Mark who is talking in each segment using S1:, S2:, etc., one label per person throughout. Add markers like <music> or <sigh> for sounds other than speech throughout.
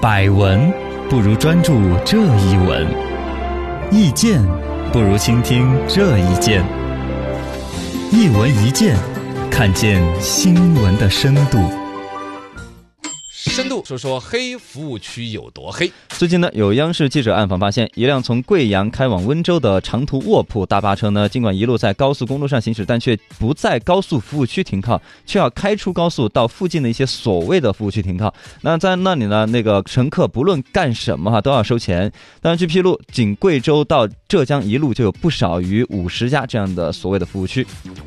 S1: 百闻不如专注这一闻，意见不如倾听这一见。一闻一见，看见新闻的深度。
S2: 深度说说黑服务区有多黑。
S1: 最近呢，有央视记者暗访发现，一辆从贵阳开往温州的长途卧铺大巴车呢，尽管一路在高速公路上行驶，但却不在高速服务区停靠，却要开出高速到附近的一些所谓的服务区停靠。那在那里呢，那个乘客不论干什么哈、都要收钱。当然，据披露，仅贵州到浙江一路就有不少于五十家这样的所谓的服务区。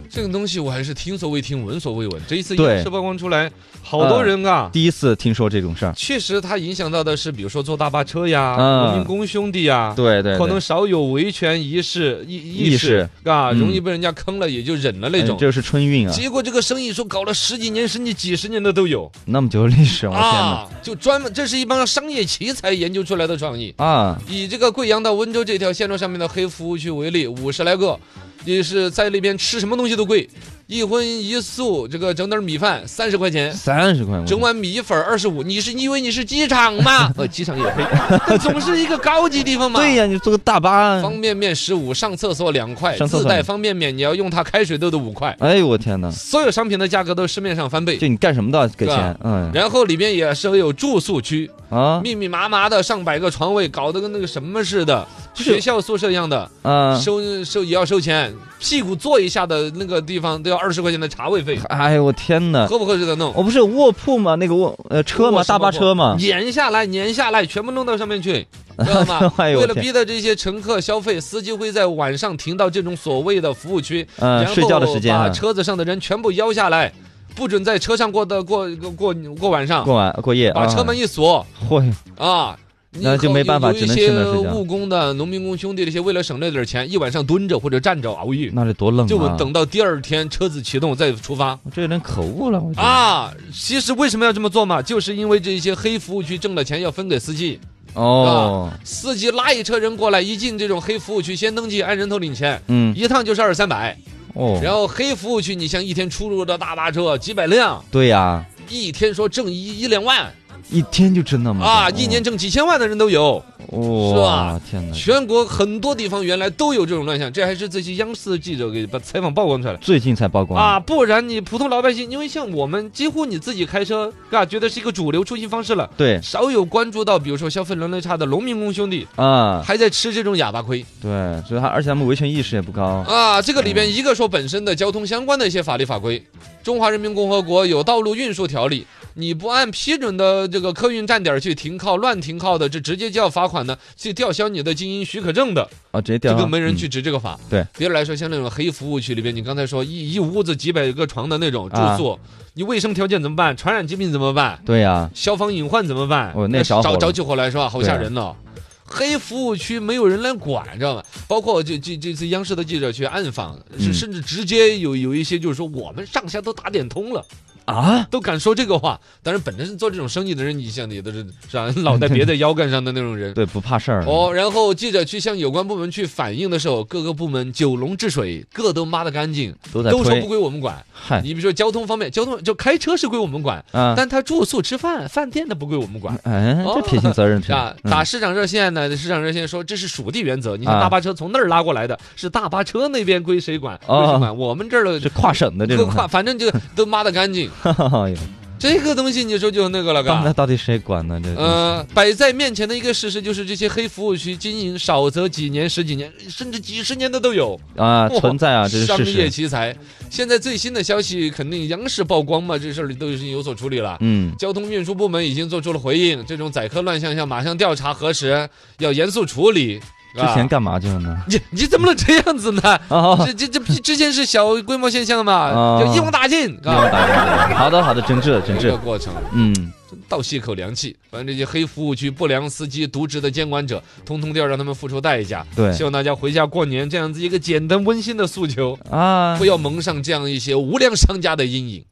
S2: 这个东西我还是听所未听，闻所未闻。这一次
S1: 对嗯
S2: 央视曝光出来，好多人啊。
S1: 第一次听说这种事儿，
S2: 确实，它影响到的是，比如说坐大巴车呀，
S1: 嗯
S2: 农民工兄弟呀，
S1: 对对对，
S2: 可能少有维权意识意
S1: 意
S2: 识啊，
S1: 嗯
S2: 容易被人家坑了，也就忍了那种
S1: 哎。这是春运啊，
S2: 结果这个生意说搞了十几年，甚至几十年的都有
S1: 那么久的历史，我的哦天哪！
S2: 啊，就专门这是一帮商业奇才研究出来的创意。
S1: 啊，
S2: 以这个贵阳到温州这条线路上面的黑服务区为例，五十来个，你是在那边吃什么东西都贵，一荤一素，这个整点米饭三十块钱。
S1: 三十块，我
S2: 整碗米粉二十五，你是因为你是机场
S1: <laughs>
S2: 吗？
S1: 哦
S2: 呃，机场也 <laughs> 黑，总是一个高级地方嘛。
S1: 对呀、你坐个大巴，
S2: 方便面十五，上厕所两块，
S1: 上厕所
S2: 自带方便面你要用它开水都得五块，
S1: 哎呦我天哪！
S2: 所有商品的价格都是市面上翻倍。
S1: 就你干什么都要给
S2: 是
S1: 钱
S2: 吧，
S1: 嗯
S2: 然后里边也是有住宿区，
S1: 啊
S2: 密密麻麻的上百个床位，搞得跟那个什么似的，
S1: 是
S2: 学校宿舍一样的。
S1: 啊！
S2: 收收也要收钱，屁股坐一下的那个地方都要二十块钱的茶位费，
S1: 哎呦我天哪！
S2: 合不合适的弄？
S1: 我不是有卧铺吗？那个卧呃哦车
S2: 我
S1: 吗？
S2: 什么
S1: 大巴车吗？
S2: 碾下来，碾下来，全部弄到上面去，知道吗？
S1: <laughs> 哎呦
S2: 为
S1: 我
S2: 了
S1: 天！
S2: 逼得这些乘客消费，司机会在晚上停到这种所谓的服务区，
S1: 嗯，
S2: 然
S1: 睡觉的时
S2: 后
S1: 间
S2: 把
S1: 啊，
S2: 车子上的人全部邀下来，不准在车上过的过过过过晚上，
S1: 过晚过夜
S2: 把
S1: 啊，
S2: 车门一锁
S1: 嚯，
S2: 啊。
S1: 那就没办法
S2: 有
S1: 只
S2: 有
S1: 能
S2: 一
S1: 去
S2: 些
S1: 那儿睡觉
S2: 务工的农民工兄弟，这些为了省那点儿钱，一晚上蹲着或者站着熬夜，
S1: 那得多冷啊！
S2: 就等到第二天车子启动再出发
S1: 我这有点可恶了，我觉得。
S2: 啊！其实为什么要这么做嘛？就是因为这些黑服务区挣了钱要分给司机，
S1: 哦，
S2: 司机拉一车人过来，一进这种黑服务区先登记按人头领钱，
S1: 嗯，
S2: 一趟就是二三百。
S1: 哦，
S2: 然后黑服务区，你像一天出入的大巴车几百辆，
S1: 对呀、
S2: 一天说挣一一两万
S1: 一天就真的吗？
S2: 啊，
S1: 哦
S2: 一年挣几千万的人都有。
S1: 哇，
S2: 是吧
S1: 天哪！
S2: 全国很多地方原来都有这种乱象，这还是这些央视的记者给把采访曝光出来。
S1: 最近才曝光
S2: 啊，不然你普通老百姓，因为像我们几乎你自己开车，啊，觉得是一个主流出行方式了，
S1: 对
S2: 少有关注到，比如说消费能力差的农民工兄弟
S1: 啊，
S2: 还在吃这种哑巴亏
S1: 对，所以他而且他们维权意识也不高。
S2: 啊。这个里边一个说本身的交通相关的一些法律法规，《中华人民共和国有道路运输条例》，你不按批准的这个客运站点儿去停靠、乱停靠的，这直接就要罚款的，去吊销你的经营许可证的。
S1: 啊，直接掉
S2: 这
S1: 了。
S2: 个没人
S1: 嗯
S2: 去执这个法。
S1: 对，
S2: 比如来说，像那种黑服务区里边，你刚才说一一屋子几百个床的那种住
S1: 啊
S2: 宿，你卫生条件怎么办？传染疾病怎么办？
S1: 对呀、
S2: 消防隐患怎么办？
S1: 哦那
S2: 着
S1: 着火了
S2: 着起火来是吧？好
S1: 对啊
S2: 吓人呢、黑服务区没有人来管，知道吗？包括这这这次央视的记者去暗访，
S1: 嗯
S2: 是甚至直接有有一些就是说我们上下都打点通了，
S1: 啊，
S2: 都敢说这个话。当然，本身是做这种生意的人，你像也都是是吧？脑袋别
S1: <laughs>
S2: 在腰杆上的那种人，
S1: 对，不怕事儿。
S2: 哦，然后记者去向有关部门去反映的时候，各个部门九龙治水，各都抹得干净，
S1: 都在
S2: 都说
S1: 推
S2: 不，归我们管。
S1: 嗨，
S2: 你比如说交通方面，交通就开车是归我们管，
S1: 啊，
S2: 但他住宿、吃饭、饭店的不归我们管。
S1: 哎，这
S2: 哦
S1: 撇清责任
S2: 是 <laughs>
S1: 是
S2: 吧？打市长热线呢？市长热线说这是属地原则，你
S1: 嗯啊
S2: 看大巴车从那儿拉过来的，是大巴车那边归谁管？
S1: 哦
S2: 归谁管？我们这儿啊的
S1: 是跨省的这
S2: 各
S1: 种，
S2: 跨，反正就都抹得干净。
S1: <laughs> 哎呦，
S2: 这个东西你说就那个了，嘎。
S1: 那到底谁管呢？这
S2: 呃，摆在面前的一个事实就是，这些黑服务区经营少则几年、十几年，甚至几十年的都有
S1: 啊，
S2: 哇
S1: 存在啊，这是
S2: 哦商
S1: 事
S2: 业
S1: 实。
S2: 奇才。现在最新的消息，肯定央视曝光嘛，这事儿都已经有所处理了。
S1: 嗯，
S2: 交通运输部门已经做出了回应，这种宰客乱象要马上调查核实，要严肃处理。
S1: 之前
S2: 啊、
S1: 干嘛去了呢？
S2: 你你怎么能这样子呢？
S1: <laughs> 哦，
S2: 这这这之前是小规模现象嘛，
S1: 哦
S2: 要一网打尽
S1: 让我
S2: 啊，
S1: 打电话。好的，好的，整治了，整
S2: 这
S1: 治
S2: 个
S1: 了。
S2: 过程。
S1: 嗯，
S2: 倒吸一口凉气。反正这些黑服务区、不良司机、渎职的监管者，通通都要让他们付出代价。
S1: 对
S2: 希望大家回家过年这样子一个简单温馨的诉求，
S1: 啊
S2: 不，要蒙上这样一些无良商家的阴影。